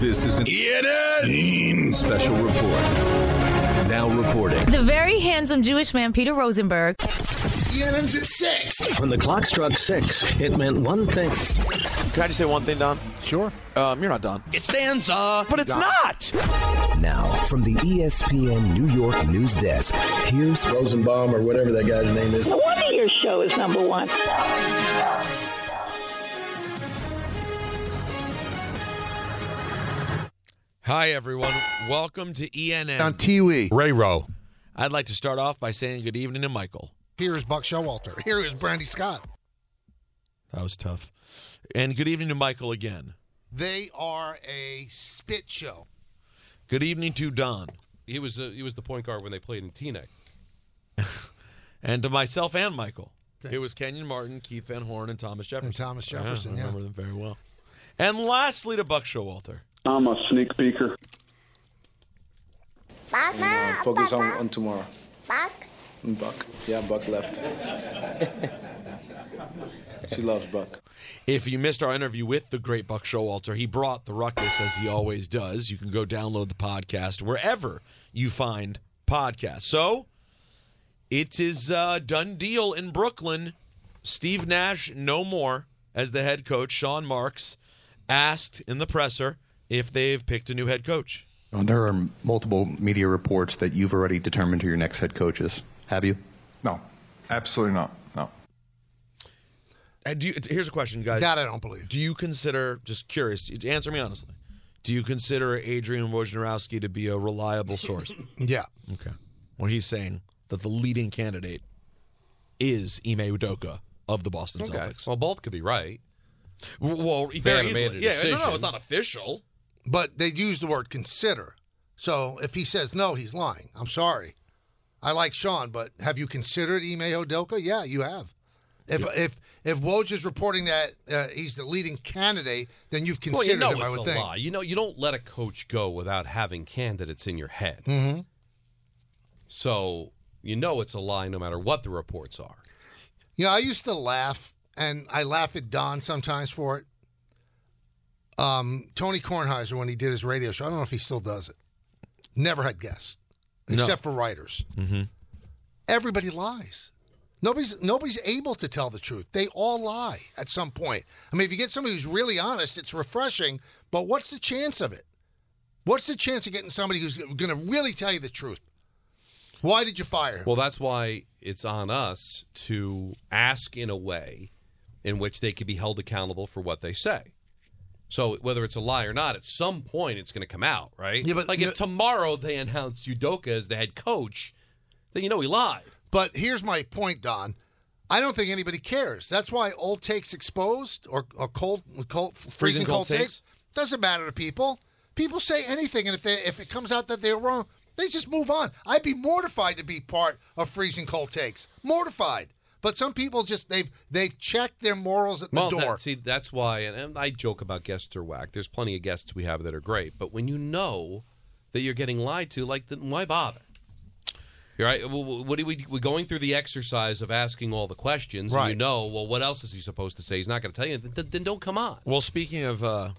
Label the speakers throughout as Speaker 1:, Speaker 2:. Speaker 1: This is an ENN special report. Now reporting.
Speaker 2: The very handsome Jewish man, Peter Rosenberg.
Speaker 3: ENN's at 6.
Speaker 4: When the clock struck six, it meant one thing.
Speaker 5: Can I just say one thing, Don?
Speaker 3: Sure.
Speaker 5: Um, you're not Don. It stands uh, but it's not.
Speaker 1: Now, from the E ESPN New York news desk, here's
Speaker 6: Rosenbaum or whatever that guy's name is.
Speaker 7: No wonder your show is number one.
Speaker 5: Hi, everyone. Welcome to ENN.
Speaker 3: On TV.
Speaker 5: Ray Row. I'd like to start off by saying good evening to Michael.
Speaker 3: Here is Buck Showalter. Here is Brandy Scott.
Speaker 5: That was tough. And good evening to Michael again.
Speaker 3: They are a spit show.
Speaker 5: Good evening to Don.
Speaker 8: He was uh, he was the point guard when they played in Teaneck.
Speaker 5: And to myself and Michael. It was Kenyon Martin, Keith Van Horn, and Thomas Jefferson.
Speaker 3: And Thomas
Speaker 5: Yeah,
Speaker 3: Jefferson,
Speaker 5: I
Speaker 3: yeah.
Speaker 5: remember them very well. And lastly to Buck Showalter.
Speaker 9: I'm a sneak peeker.
Speaker 6: Focus on, on tomorrow. Buck? Buck. Yeah, Buck left. she loves Buck.
Speaker 5: If you missed our interview with the great Buck Showalter, he brought the ruckus as he always does. You can go download the podcast wherever you find podcasts. So it is a done deal in Brooklyn. Steve Nash, no more as the head coach. Sean Marks asked in the presser if they've picked a new head coach.
Speaker 10: Uh, There are multiple media reports that you've already determined who your next head coach is. Have you?
Speaker 9: No, absolutely not. No.
Speaker 5: And Uh, do you, here's a question, guys.
Speaker 3: That I don't believe.
Speaker 5: Do you consider, just curious, answer me honestly, do you consider Adrian Wojnarowski to be a reliable source?
Speaker 3: Yeah.
Speaker 5: Okay. Well, he's saying that the leading candidate is Ime Udoka of the Boston Celtics.
Speaker 8: Well, both could be right.
Speaker 5: W- Well, very
Speaker 8: haven't made
Speaker 5: easily.
Speaker 8: a
Speaker 5: yeah, no, no,
Speaker 8: decision.
Speaker 5: it's not official.
Speaker 3: But they use the word consider. So if he says no, he's lying. I'm sorry. I like Sean, but have you considered Ime Odoka? Yeah, you have. If if if Woj is reporting that uh, he's the leading candidate, then you've
Speaker 8: Well, you
Speaker 3: considered
Speaker 8: know
Speaker 3: him. I
Speaker 8: it's a
Speaker 3: would think.
Speaker 8: lie. You know you don't let a coach go without having candidates in your head. So you know it's a lie, no matter what the reports are.
Speaker 3: You know, I used to laugh, and I laugh at Don sometimes for it. Um, Tony Kornheiser, when he did his radio show, I don't know if he still does it, never had guests except for writers. Mm-hmm. Everybody lies. Nobody's nobody's able to tell the truth. They all lie at some point. I mean, if you get somebody who's really honest, it's refreshing. But what's the chance of it? What's the chance of getting somebody who's going to really tell you the truth? Why did you fire him?
Speaker 8: Well, that's why it's on us to ask in a way in which they could be held accountable for what they say. So whether it's a lie or not, at some point it's going to come out, right?
Speaker 3: Yeah, but
Speaker 8: like
Speaker 3: you-
Speaker 8: if tomorrow they announced Udoka as the head coach, then you know he lied.
Speaker 3: But here's my point, Don. I don't think anybody cares. That's why old takes exposed or, or cold, cold freezing, cold,
Speaker 8: cold
Speaker 3: takes.
Speaker 8: takes?
Speaker 3: doesn't matter to people. People say anything, and if they if it comes out that they're wrong, they just move on. I'd be mortified to be part of freezing cold takes. Mortified. But some people just they've they've checked their morals at the
Speaker 8: Well, that-
Speaker 3: door.
Speaker 8: see, that's why, and, and I joke about guests are whack. There's plenty of guests we have that are great, but when you know that you're getting lied to, like, then why bother? You're right. Well, well, What are we we're going through the exercise of asking all the questions? And you
Speaker 3: Right.
Speaker 8: know, well, what else is he supposed to say? He's not going to tell you. Then, then- then don't come on.
Speaker 5: Well, speaking of uh,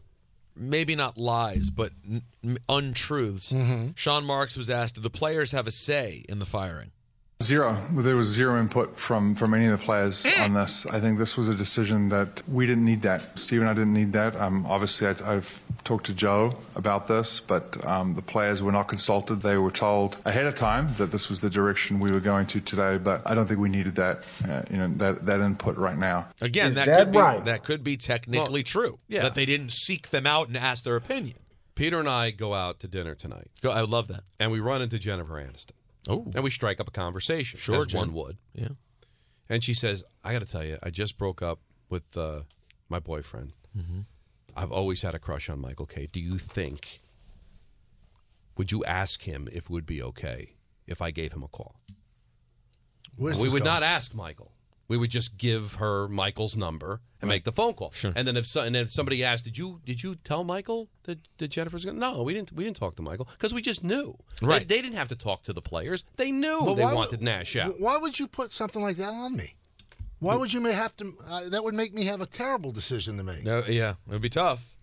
Speaker 5: maybe not lies, but n- m- untruths,
Speaker 3: Mm-hmm.
Speaker 5: Sean Marks was asked, do the players have a say in the firing?
Speaker 9: Zero. There was zero input from from any of the players on this. I think this was a decision that we didn't need that. Steve and I didn't need that. Um, obviously, I, I've talked to Joe about this, but um, the players were not consulted. They were told ahead of time that this was the direction we were going to today. But I don't think we needed that. Uh, you know that that input right now.
Speaker 5: Again,
Speaker 6: Is
Speaker 5: that,
Speaker 6: that
Speaker 5: could be
Speaker 6: right?
Speaker 5: that could be technically true.
Speaker 8: yeah.
Speaker 5: That they didn't seek them out and ask their opinion.
Speaker 8: Peter and I go out to dinner tonight,
Speaker 5: Go- I love that.
Speaker 8: and we run into Jennifer Aniston,
Speaker 5: Oh,
Speaker 8: and we strike up a conversation,
Speaker 5: Sure,
Speaker 8: as
Speaker 5: Jen.
Speaker 8: one would.
Speaker 5: yeah. Mm-hmm.
Speaker 8: And she says, I got to tell you, I just broke up with uh, my boyfriend. I've always had a crush on Michael K. Do you think? Would you ask him if it would be okay if I gave him a call?
Speaker 5: Where's
Speaker 8: we
Speaker 5: this
Speaker 8: would
Speaker 5: going?
Speaker 8: not ask Michael. We would just give her Michael's number and make the phone call. Sure. And then if so, and then if somebody asked, "Did you did you tell Michael that, that Jennifer's going?" No, we didn't. We didn't talk to Michael because we just knew.
Speaker 5: Right.
Speaker 8: They, they didn't have to talk to the players. They knew
Speaker 3: But
Speaker 8: they
Speaker 3: why would-
Speaker 8: wanted Nash out.
Speaker 3: Why would you put something like that on me? Why would you may have to? Uh, that would make me have a terrible decision to make.
Speaker 8: No, yeah, it'd be tough.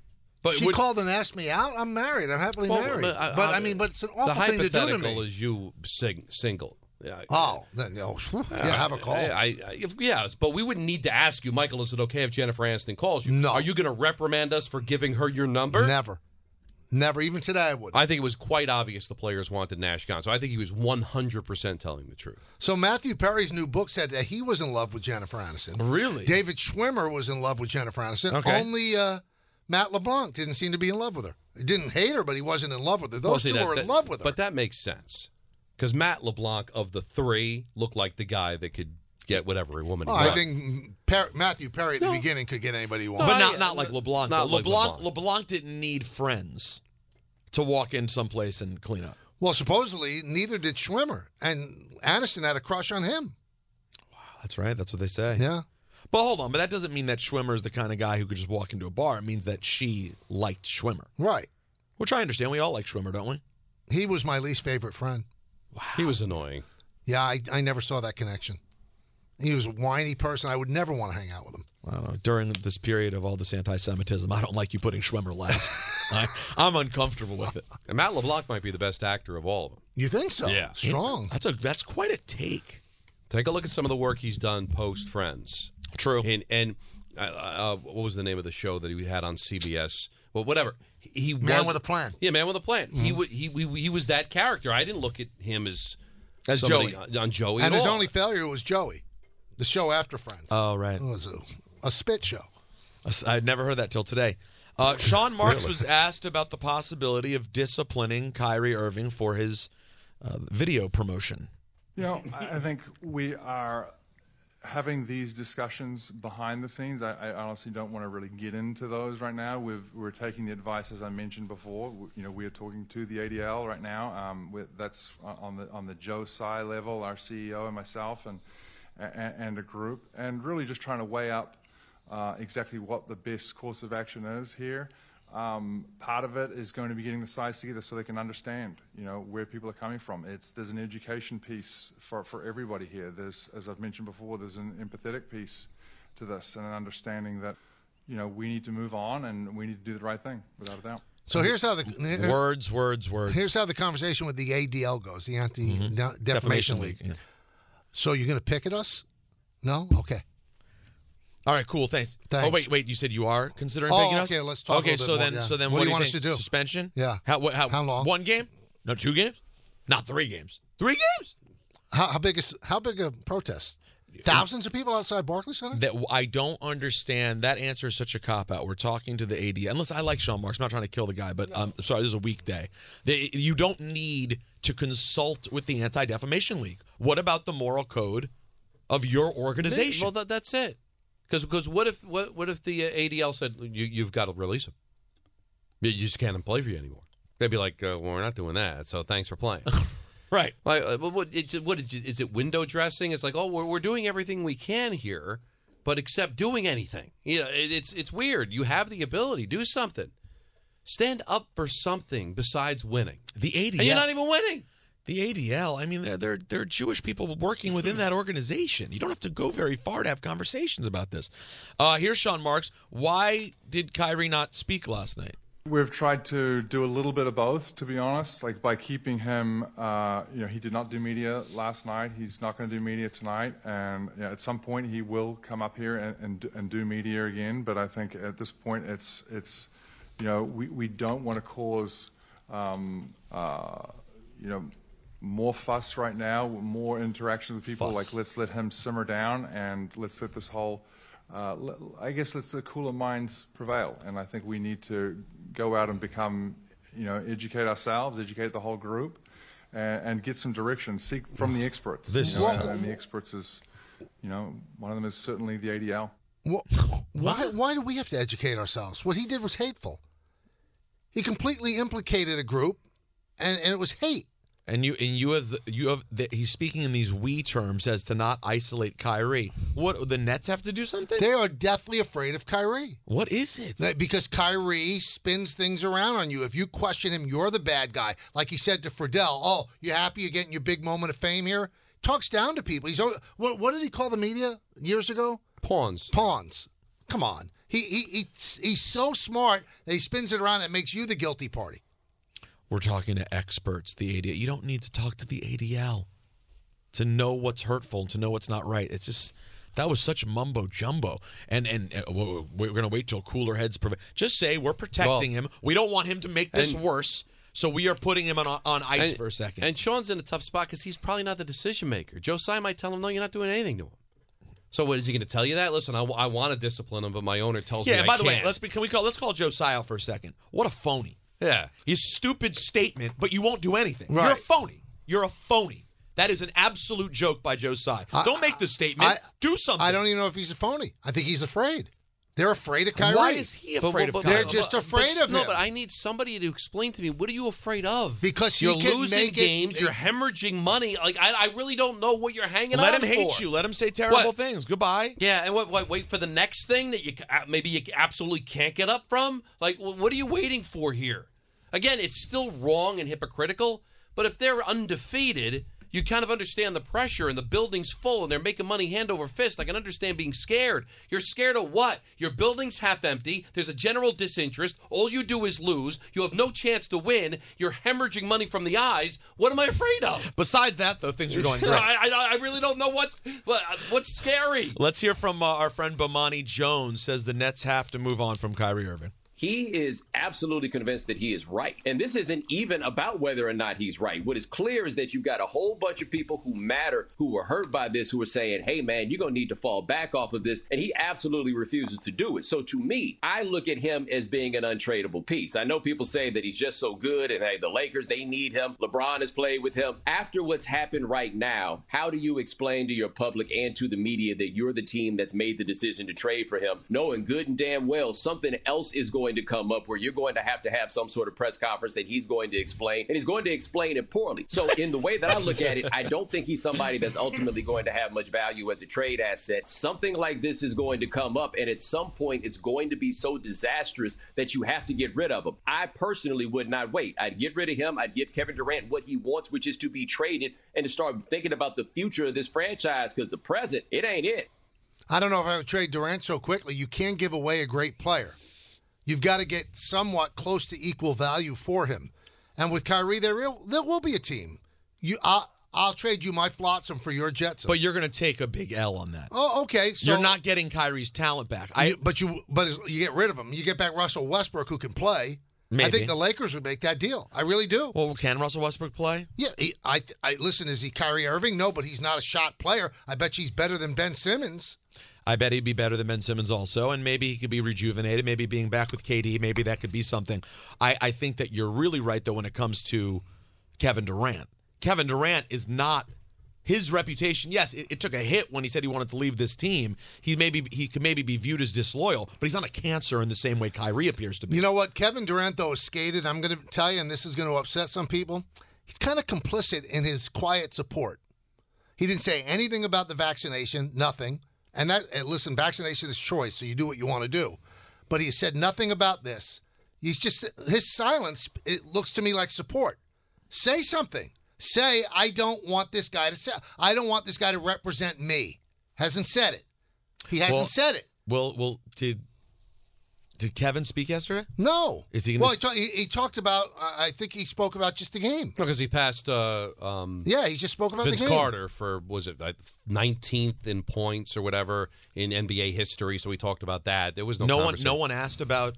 Speaker 8: But
Speaker 3: she
Speaker 8: would-
Speaker 3: called and asked me out. I'm married. I'm happily
Speaker 8: Well, uh,
Speaker 3: married. But I, mean, but it's an
Speaker 8: the
Speaker 3: awful thing to do to
Speaker 8: hypothetical
Speaker 3: me.
Speaker 8: is you sing, single. Yeah,
Speaker 3: Oh, then oh, phew, yeah, have a call.
Speaker 8: I, I, if- yes, but we wouldn't need to ask you, Michael. Is it okay if Jennifer Aniston calls you? No. Are you going to reprimand us for giving her your number?
Speaker 3: Never, never. Even today, I would.
Speaker 8: I think it was quite obvious the players wanted Nash gone, so I think he was one hundred percent telling the truth.
Speaker 3: So Matthew Perry's new book said that he was in love with Jennifer Aniston.
Speaker 8: Really?
Speaker 3: David Schwimmer was in love with Jennifer Aniston.
Speaker 8: Okay.
Speaker 3: Only uh, Matt LeBlanc didn't seem to be in love with her. He didn't hate her, but he wasn't in love with her. Those
Speaker 8: Well, see,
Speaker 3: two
Speaker 8: that-
Speaker 3: were
Speaker 8: that-
Speaker 3: in love with her.
Speaker 8: but that makes sense because Matt LeBlanc of the three looked like the guy that could get whatever woman.
Speaker 3: Oh,
Speaker 8: he
Speaker 3: I
Speaker 8: wanted.
Speaker 3: think Per- Matthew Perry at the beginning could get anybody he wanted.
Speaker 5: but not Oh, not like LeBlanc.
Speaker 3: not like
Speaker 5: LeBlanc, LeBlanc. didn't need friends to walk in someplace and clean up.
Speaker 3: Well, supposedly neither did Schwimmer, and Aniston had a crush on him.
Speaker 5: That's right. That's what they say.
Speaker 3: Yeah.
Speaker 5: But hold on. But that doesn't mean that Schwimmer is the kind of guy who could just walk into a bar. It means that she liked Schwimmer,
Speaker 3: Right.
Speaker 5: which I understand. We all like Schwimmer, don't we?
Speaker 3: He was my least favorite friend.
Speaker 8: He was annoying.
Speaker 3: Yeah, I, I never saw that connection. He was a whiny person. I would never want to hang out with him.
Speaker 5: I don't know. During this period of all this anti-Semitism, I don't like you putting Schwimmer last. I, I'm uncomfortable with it.
Speaker 8: And Matt LeBlanc might be the best actor of all of them.
Speaker 3: You think so?
Speaker 8: Yeah.
Speaker 3: Strong.
Speaker 5: That's a that's quite a take.
Speaker 8: Take a look at some of the work he's done post Friends.
Speaker 5: True.
Speaker 8: And and uh, uh, what was the name of the show that he had on CBS? Well, whatever. He he
Speaker 3: Man
Speaker 8: was,
Speaker 3: with a plan. Mm-hmm.
Speaker 8: Yeah, man with a plan. He wa He, he he was that character. I didn't look at him as
Speaker 5: As
Speaker 8: somebody
Speaker 5: Joey.
Speaker 8: on, on Joey. at
Speaker 3: and his
Speaker 8: all.
Speaker 3: only failure was Joey, the show after Friends.
Speaker 5: Oh right.
Speaker 3: it was a, a spit show.
Speaker 5: I'd never heard that till today. Uh, Sean Marks was asked about the possibility of disciplining Kyrie Irving for his uh, video promotion.
Speaker 9: You know, I I think we are having these discussions behind the scenes. I, I honestly don't want to really get into those right now. We've, we're taking the advice, as I mentioned before. W- You know, we are talking to the ADL right now. Um, with, that's on on the on the Joe Tsai level, our CEO and myself, and and, and a group, and really just trying to weigh up uh, exactly what the best course of action is here. Um, part of it is going to be getting the sides together so they can understand, you know, where people are coming from. It's there's an education piece for, for everybody here. There's, as I've mentioned before, there's an empathetic piece to this and an understanding that, you know, we need to move on and we need to do the right thing, without a doubt.
Speaker 3: So here's how the here-
Speaker 5: Words, words, words.
Speaker 3: here's how the conversation with the ADL goes, the Anti Defamation,
Speaker 5: Defamation
Speaker 3: League.
Speaker 5: League, yeah.
Speaker 3: So you're going to pick at us? No. Okay.
Speaker 5: All right, cool. Thanks.
Speaker 3: Thanks.
Speaker 5: Oh wait, wait. You said you are considering
Speaker 3: Oh,
Speaker 5: picking us?
Speaker 3: okay, let's talk a
Speaker 5: Okay,
Speaker 3: little
Speaker 5: so
Speaker 3: bit
Speaker 5: then,
Speaker 3: more, yeah.
Speaker 5: so then,
Speaker 3: What do you want
Speaker 5: think?
Speaker 3: us to do?
Speaker 5: Suspension?
Speaker 3: Yeah.
Speaker 5: How? What, how?
Speaker 3: How long?
Speaker 5: One game? No, two games? Not three games? Three games?
Speaker 3: How, how big is how big a protest? Thousands of people outside Barclays Center.
Speaker 5: That I don't understand. That answer is such a cop out. We're talking to the AD. Unless I like Sean Marks, I'm not trying to kill the guy, but I'm sorry, this is a weekday. They, you don't need to consult with the Anti Defamation League. What about the moral code of your organization?
Speaker 8: Well, that, that's it. Because what if what, what if the uh, ADL said you you've got to release him? You, you just can't play for you anymore. They'd be like, uh, well, we're not doing that. So thanks for playing.
Speaker 5: right.
Speaker 8: like, uh, but what, it's, what is, it- is it? Window dressing? It's like, oh, we're, we're doing everything we can here, but except doing anything. You know, it, it's it's weird. You have the ability, do something, stand up for something besides winning,
Speaker 5: The ADL.
Speaker 8: and you're not even winning.
Speaker 5: the ADL. I mean, they're, they're they're Jewish people working within that organization. You don't have to go very far to have conversations about this. Uh, here's Sean Marks. Why did Kyrie not speak last night?
Speaker 9: We've tried to do a little bit of both, to be honest. Like by keeping him, uh, you know, he did not do media last night. He's not going to do media tonight, and you know, at some point he will come up here and, and and do media again. But I think at this point, it's it's, you know, we, we don't want to cause, um, uh, you know, more fuss right now, more interaction with people.
Speaker 5: Fuss.
Speaker 9: Like let's let him simmer down and let's let this whole uh, l- I guess let's let cooler minds prevail, and I think we need to go out and become, you know, educate ourselves, educate the whole group, and, and get some direction, seek from the experts.
Speaker 5: This
Speaker 9: you know,
Speaker 5: is
Speaker 9: and,
Speaker 5: tough.
Speaker 9: and the experts is, you know, one of them is certainly the ADL.
Speaker 3: Wha- Why, why do we have to educate ourselves? What he did was hateful. He completely implicated a group, and, and it was hate.
Speaker 5: And you and you as the, you have the, he's speaking in these we terms as to not isolate Kyrie. What the Nets have to do something?
Speaker 3: They are deathly afraid of Kyrie.
Speaker 5: What is it?
Speaker 3: That- Because Kyrie spins things around on you. If you question him, you're the bad guy. Like he said to Friedel, "Oh, you happy you're getting your big moment of fame here?" Talks down to people. He's al- what? What did he call the media years ago?
Speaker 8: Pawns.
Speaker 3: Pawns. Come on. He he, he he's so smart that he spins it around and makes you the guilty party.
Speaker 5: We're talking to experts. The ADL. You don't need to talk to the ADL to know what's hurtful and to know what's not right. It's just that was such mumbo jumbo. And and uh, we're- we're going to wait till cooler heads prevail. Just say we're protecting
Speaker 8: Well-
Speaker 5: him. We don't want him to make this
Speaker 8: And-
Speaker 5: worse. So we are putting him on on ice
Speaker 8: And-
Speaker 5: for a second.
Speaker 8: And Sean's in a tough spot because he's probably not the decision maker. Joe Sy might tell him, no, you're not doing anything to him. So what is he going to tell you that? Listen, I, want to discipline him, but my owner tells me.
Speaker 5: yeah.
Speaker 8: I
Speaker 5: By the way,
Speaker 8: can't.
Speaker 5: let's be, can we call let's call Joe Sile for a second. What a phony.
Speaker 8: Yeah.
Speaker 5: His stupid statement, but you won't do anything. You're a
Speaker 8: Right.
Speaker 5: phony. You're a phony. That is an absolute joke by Joe Sy. Don't make the statement. do something.
Speaker 3: I don't even know if he's a phony. I think he's afraid. They're afraid of Kyrie.
Speaker 8: Why is he
Speaker 3: But-
Speaker 8: afraid of?
Speaker 3: but-
Speaker 8: Kyrie?
Speaker 3: They're just
Speaker 8: But- but
Speaker 3: afraid of
Speaker 8: no,
Speaker 3: him.
Speaker 8: but I need somebody to explain to me what are you afraid of?
Speaker 3: Because he
Speaker 8: you're
Speaker 3: can
Speaker 8: losing
Speaker 3: make it-
Speaker 8: games, you're hemorrhaging money. Like I, I really don't know what you're hanging.
Speaker 5: Let
Speaker 8: on
Speaker 5: him hate
Speaker 8: for.
Speaker 5: you. Let him say terrible
Speaker 8: What?
Speaker 5: things. Goodbye.
Speaker 8: Yeah, and what, what? Wait for the next thing that you uh, maybe you absolutely can't get up from. Like, wh- what are you waiting for here? Again, it's still wrong and hypocritical. But if they're undefeated, you kind of understand the pressure, and the building's full, and they're making money hand over fist. I can understand being scared. You're scared of what? Your building's half empty. There's a general disinterest. All you do is lose. You have no chance to win. You're hemorrhaging money from the eyes. What am I afraid of?
Speaker 5: Besides that, though, things are going great.
Speaker 8: I, I, I really don't know what's what, what's scary.
Speaker 5: Let's hear from uh, our friend Bomani Jones. Says the Nets have to move on from Kyrie Irving.
Speaker 11: He is absolutely convinced that he is right. And this isn't even about whether or not he's right. What is clear is that you've got a whole bunch of people who matter, who were hurt by this, who are saying, hey, man, you're going to need to fall back off of this. And he absolutely refuses to do it. So to me, I look at him as being an untradeable piece. I know people say that he's just so good and hey, the Lakers, they need him. LeBron has played with him. After what's happened right now, how do you explain to your public and to the media that you're the team that's made the decision to trade for him, knowing good and damn well something else is going to come up where you're going to have to have some sort of press conference that he's going to explain, and he's going to explain it poorly. So, in the way that I look at it, I don't think he's somebody that's ultimately going to have much value as a trade asset. Something like this is going to come up, and at some point, it's going to be so disastrous that you have to get rid of him. I personally would not wait. I'd get rid of him. I'd give Kevin Durant what he wants, which is to be traded, and to start thinking about the future of this franchise because the present, it ain't it.
Speaker 3: I don't know if I would trade Durant so quickly. You can't give away a great player. You've got to get somewhat close to equal value for him. And with Kyrie, there will, there will be a team. You, I, I'll trade you my Flotsam for your Jetsam.
Speaker 5: But you're going to take a big L on that.
Speaker 3: oh, okay. So
Speaker 5: you're not getting Kyrie's talent back. I
Speaker 3: You- but you, but as- you get rid of him. You get back Russell Westbrook, who can play. I
Speaker 5: Maybe.
Speaker 3: think the Lakers would make that deal. I really do.
Speaker 5: Well, can Russell Westbrook play?
Speaker 3: Yeah, he, I, th- I listen. Is he Kyrie Irving? No, but he's not a shot player. I bet she's better than Ben Simmons.
Speaker 5: I bet he'd be better than Ben Simmons also, and maybe he could be rejuvenated. Maybe being back with KD, maybe that could be something. I, I think that you're really right though when it comes to Kevin Durant. Kevin Durant is not his reputation. Yes, it, it took a hit when he said he wanted to leave this team. He maybe he could maybe be viewed as disloyal, but he's not a cancer in the same way Kyrie appears to be.
Speaker 3: You know what? Kevin Durant though is skated. I'm going to tell you, and this is going to upset some people. He's kind of complicit in his quiet support. He didn't say anything about the vaccination. Nothing. And that and listen, vaccination is choice, so you do what you want to do. But he said nothing about this. He's just his silence. It looks to me like support. Say something. Say I don't want this guy to say. I don't want this guy to represent me. Hasn't said it. He hasn't
Speaker 5: Well-
Speaker 3: said it.
Speaker 5: Well, well, did did Kevin speak yesterday?
Speaker 3: No.
Speaker 5: Is he gonna
Speaker 3: Well, he, ta- he, he talked about. I I think he spoke about just the game.
Speaker 8: Because he passed. Uh, um,
Speaker 3: Yeah, he just spoke about
Speaker 8: Vince
Speaker 3: the game.
Speaker 8: Carter for was it nineteenth in points or whatever in NBA history. So we talked about that. There was no
Speaker 5: No one-
Speaker 8: conversation.
Speaker 5: no one asked about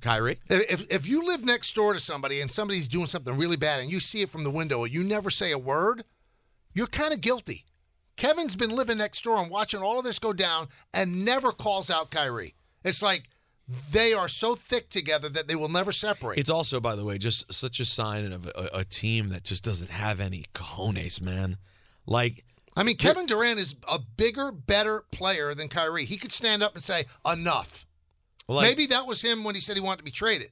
Speaker 5: Kyrie.
Speaker 3: If, if you live next door to somebody and somebody's doing something really bad and you see it from the window and you never say a word, you're kind of guilty. Kevin's been living next door and watching all of this go down and never calls out Kyrie. It's like they are so thick together that they will never separate.
Speaker 5: It's also, by the way, just such a sign of a, a team that just doesn't have any cojones, man. Like
Speaker 3: I mean, Kevin Durant is a bigger, better player than Kyrie. He could stand up and say, enough.
Speaker 5: Well, like-
Speaker 3: Maybe that was him when he said he wanted to be traded.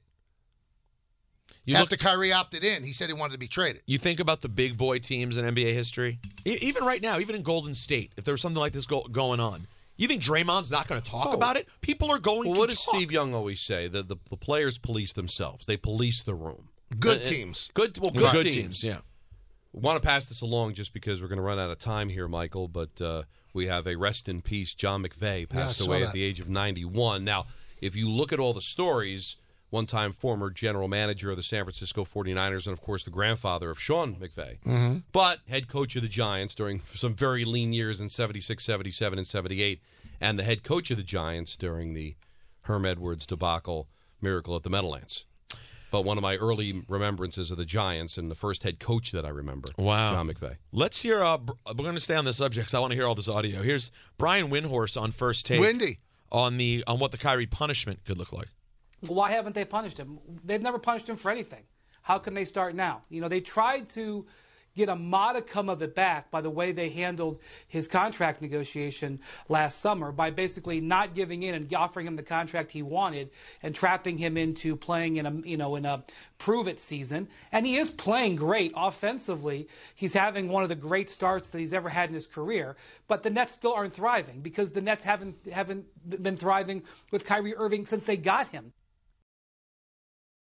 Speaker 3: After Kyrie opted in, he said he wanted to be traded.
Speaker 5: You think about the big boy teams in NBA history, E- even right now, even in Golden State, if there was something like this go- going on, you think Draymond's not going to talk about it? People are going
Speaker 12: Oh. Well,
Speaker 5: to
Speaker 12: what
Speaker 5: talk.
Speaker 12: does Steve Young always say? The, the the players police themselves. They police the room.
Speaker 5: Good
Speaker 12: Uh, uh,
Speaker 5: teams.
Speaker 12: Good. Well, good,
Speaker 5: Right. Good
Speaker 12: teams.
Speaker 5: teams, yeah.
Speaker 12: Want to pass this along just because we're going to run out of time here, Michael. But uh, we have a rest in peace. John McVeigh
Speaker 5: Yeah, I
Speaker 12: passed
Speaker 5: saw
Speaker 12: away
Speaker 5: that.
Speaker 12: at the age of 91. Now, if you look at all the stories, one time former general manager of the San Francisco 49ers, and of course the grandfather of Sean McVeigh,
Speaker 13: Mhm.
Speaker 12: but head coach of the Giants during some very lean years in 76, 77, and 78, and the head coach of the Giants during the Herm Edwards debacle, Miracle at the Meadowlands. But one of my early remembrances of the Giants and the first head coach that I remember,
Speaker 5: Wow.
Speaker 12: John McVay.
Speaker 5: Let's hear. Uh, Br- we're going to stay on the subject because I want to hear all this audio. Here's Brian Windhorse on first take.
Speaker 9: Windy.
Speaker 5: on the on what the Kyrie punishment could look like.
Speaker 9: Why haven't they punished him? They've never punished him for anything. How can they start now? You know, they tried to get a modicum of it back by the way they handled his contract negotiation last summer by basically not giving in and offering him the contract he wanted and trapping him into playing in a you know in a prove it season and he is playing great offensively he's having one of the great starts that he's ever had in his career but the Nets still aren't thriving because the Nets haven't haven't been thriving with Kyrie Irving since they got him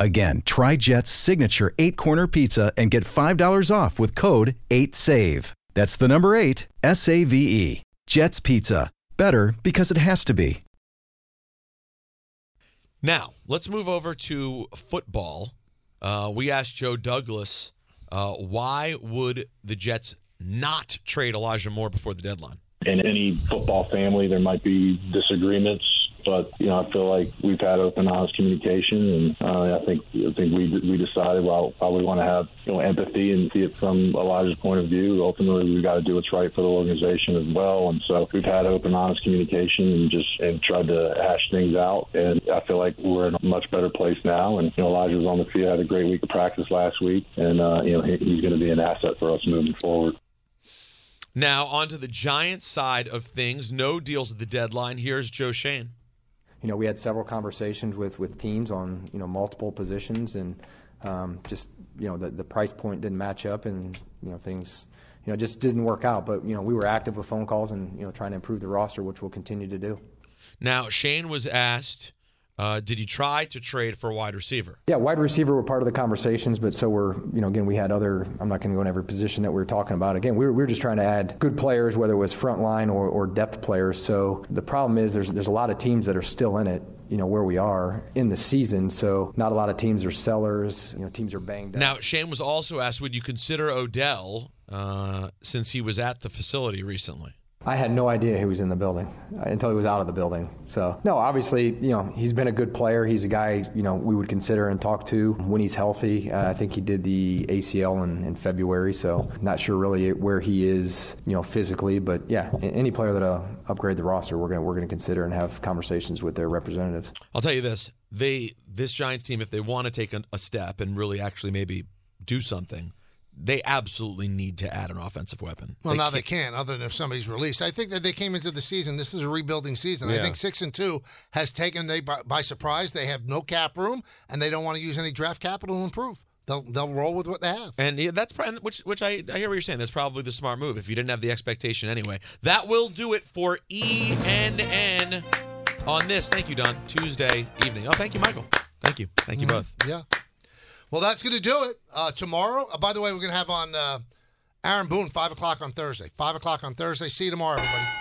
Speaker 11: Again, try Jet's signature eight corner pizza and get $5 off with code 8SAVE. That's the number eight, S A V E. Jet's Pizza. Better because it has to be.
Speaker 5: Now, let's move over to football. Uh, we asked Joe Douglas uh, why would the Jets not trade Elijah Moore before the deadline?
Speaker 10: in any football family there might be disagreements but you know I feel like we've had open honest communication and uh, I think I think we we decided well probably want to have you know empathy and see it from Elijah's point of view ultimately we've got to do what's right for the organization as well and so we've had open honest communication and just and tried to hash things out and I feel like we're in a much better place now and you know Elijah was on the field had a great week of practice last week and uh, you know he, he's going to be an asset for us moving forward
Speaker 5: Now, onto the Giants side of things. No deals at the deadline. Here's Joe Shane.
Speaker 14: you know, we had several conversations with, with teams on, you know, multiple positions and um, just, you know, the, the price point didn't match up and, you know, things, you know, just didn't work out. But, you know, we were active with phone calls and, you know, trying to improve the roster, which we'll continue to do.
Speaker 5: Now, Shane was asked, uh, did you try to trade for a wide receiver?
Speaker 14: Yeah, wide receiver were part of the conversations, but so were, you know, again, we had other, I'm not going to go in every position that we were talking about. Again, we were, we were just trying to add good players, whether it was front line or, or depth players. So the problem is there's, there's a lot of teams that are still in it, you know, where we are in the season. So not a lot of teams are sellers, you know, teams are banged up.
Speaker 5: Now, Shane was also asked, would you consider Odell uh, since he was at the facility recently?
Speaker 14: I had no idea he was in the building uh, until he was out of the building. So, no, obviously, you know, he's been a good player. He's a guy, you know, we would consider and talk to when he's healthy. Uh, I think he did the ACL in, in February, so not sure really where he is, you know, physically. But yeah, a- any player that'll upgrade the roster, we're going to we're going to consider and have conversations with their representatives.
Speaker 5: I'll tell you this: they this Giants team, if they want to take an, a step and really actually maybe do something, they absolutely need to add an offensive weapon.
Speaker 3: Well,
Speaker 5: They
Speaker 3: now
Speaker 5: can't-
Speaker 3: they can't, other than if somebody's released. I think that they came into the season. This is a rebuilding season.
Speaker 5: Yeah.
Speaker 3: I think six and two has taken they by, by surprise. They have no cap room, and they don't want to use any draft capital to improve. They'll they'll roll with what they have.
Speaker 5: And yeah, that's probably, which which I, I hear what you're saying. That's probably the smart move if you didn't have the expectation anyway. That will do it for ENN on this. Thank you, Don. Tuesday evening. Oh, thank you, Michael. Thank you. Thank you
Speaker 3: Mhm.
Speaker 5: both.
Speaker 3: Yeah. Well, that's going to do it. Uh, tomorrow, uh, by the way, we're going to have on uh, Aaron Boone, 5 o'clock on Thursday. 5 o'clock on Thursday. See you tomorrow, everybody.